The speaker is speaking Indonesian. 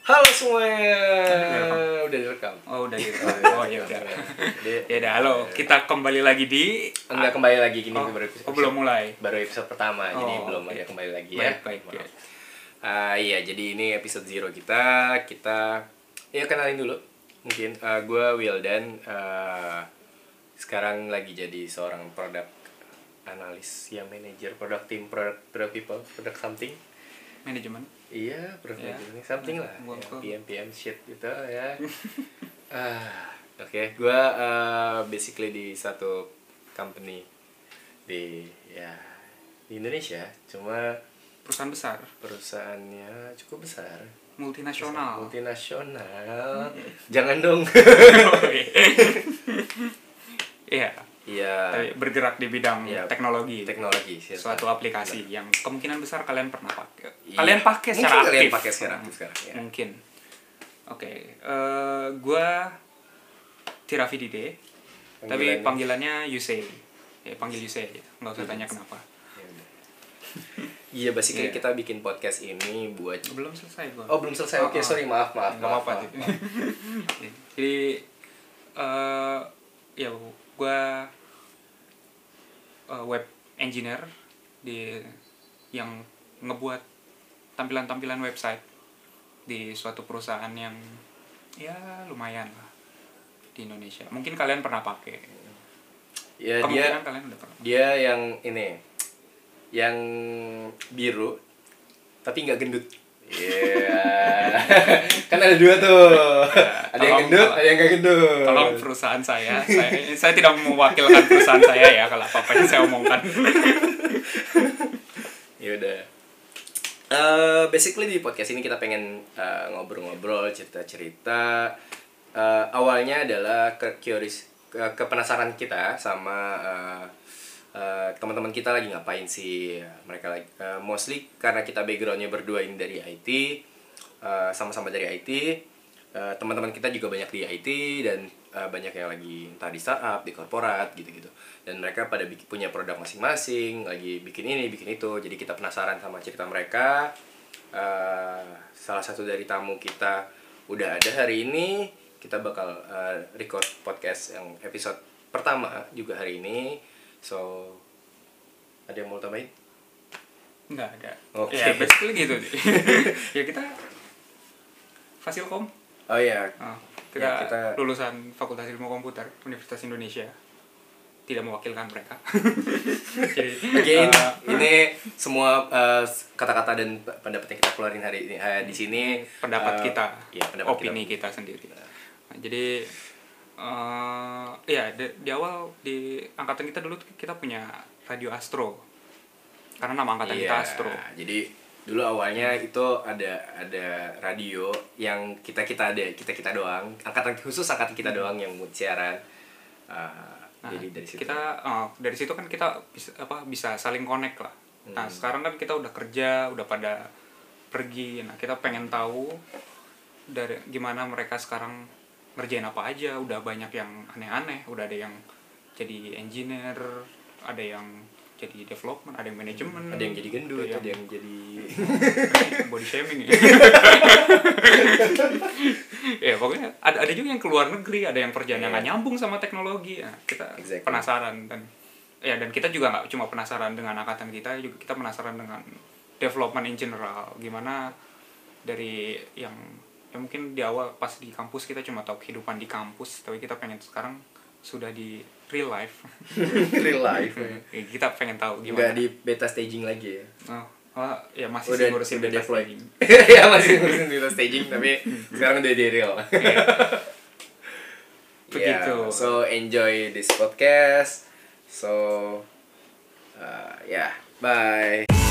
Halo semuanya. Direkam. Udah direkam. Oh udah gitu. Oh Iya. ya udah. ya udah. Halo, kita kembali lagi di. Enggak kembali lagi gini Oh, baru episode. oh, belum mulai. Baru episode pertama, jadi Oh, belum oke. ada kembali lagi ya. Baik baik. Maaf. Ya. Ah, iya, jadi ini episode zero kita. Kita ya kenalin dulu. Mungkin Ah, gua gue Wildan Ah, sekarang lagi jadi seorang product analis yang manager product team product product people product something Manajemen. Iya, product Ya. manager, something lah. Gua- Ya, gua- PM PM shit gitu ya. ah, oke, gua eh, basically di satu company di ya di Indonesia, cuma Perusahaan besar, perusahaannya cukup besar, multinasional. multinasional. Hmm. Jangan dong. Iya. Iya, Tapi Bergerak di bidang Iya. teknologi. teknologi sih. Suatu aplikasi yang kemungkinan besar kalian pernah pakai. Iya. Kalian pakai Mungkin secara kalian aktif. pakai secara aktif sekarang, ya. Mungkin. Oke, eh, gua Tirafi Dide. Tapi panggilannya Yusei. Ya, panggil Yusei aja. Nggak usah tanya kenapa. Ya udah. Iya, basically Iya. kita bikin podcast ini buat Belum selesai gua. Oh, belum selesai. Oke, Oh, oh. sorry, maaf, maaf. Nggak maaf, apa-apa. maaf, Dit. maaf. Jadi eh ya gua eh, web engineer di yang ngebuat tampilan-tampilan website di suatu perusahaan yang ya lumayan lah di Indonesia. Mungkin kalian pernah pakai. Ya, dia Kemungkinan kalian udah pernah. dia yang ini yang biru tapi nggak gendut Iya, kan ada dua tuh. ada yang Iya. tolong- gendut, ada yang nggak gendut. Tolong perusahaan saya, saya, saya tidak mewakilkan perusahaan saya ya kalau apa-apa yang saya omongkan. Ya udah. Eh, basically di podcast ini kita pengen eh, ngobrol-ngobrol, cerita-cerita. Eh, awalnya adalah ke curious- ke- kepenasaran kita sama eh, eh, teman-teman kita lagi ngapain sih mereka lagi eh, mostly karena kita backgroundnya berdua ini dari IT eh, sama-sama dari IT eh, teman-teman kita juga banyak di IT dan eh, banyak yang lagi entah di startup di korporat gitu-gitu dan mereka pada bikin- punya produk masing-masing lagi bikin ini bikin itu jadi kita penasaran sama cerita mereka Eh, salah satu dari tamu kita udah ada hari ini kita bakal eh, record podcast yang episode pertama juga hari ini so ada yang mau tambahin Nggak ada. Oke. Ya, basically gitu. ya kita Fasilkom. oh iya Ah, kita, Ya, kita- lulusan Fakultas Ilmu Komputer Universitas Indonesia. Tidak mewakilkan mereka. Jadi, Again, eh, ini semua eh, kata-kata dan pendapat yang kita keluarin hari ini eh, di sini eh, pendapat kita, iya, pendapat opini kita. Ya. kita, sendiri. Nah, jadi eh ya di, di awal di angkatan kita dulu tuh kita punya radio Astro. Karena nama angkatan Iya, kita Astro. Jadi dulu awalnya itu ada ada radio yang kita kita ada kita kita doang angkatan khusus angkatan kita doang yang buat siaran Eh, Hmm. Nah, jadi dari situ kita eh, dari situ kan kita bisa, apa bisa saling connect lah. Hmm. Nah, sekarang kan kita udah kerja, udah pada pergi. Nah, kita pengen tahu dari gimana mereka sekarang ngerjain apa aja. Udah banyak yang aneh-aneh, udah ada yang jadi engineer, ada yang jadi development, ada yang manajemen, ada yang jadi gendut ada ada yang jadi body shaming ya. ya pokoknya ada ada juga yang keluar negeri ada yang kerjaan yang nggak nyambung sama teknologi ya kita Iya. Exactly. penasaran dan ya dan kita juga nggak cuma penasaran dengan angkatan kita juga kita penasaran dengan development in general gimana dari yang ya mungkin di awal pas di kampus kita cuma tahu kehidupan di kampus tapi kita pengen sekarang sudah di real life real life ya. Ya, kita pengen tahu nggak gimana di beta staging lagi ya Oh, oh, ya masih udah sih ngurusin udah beta deploy staging. ya masih ngurusin beta staging tapi sekarang udah di real Yeah, Iya. Begitu. so enjoy this podcast so uh, ya bye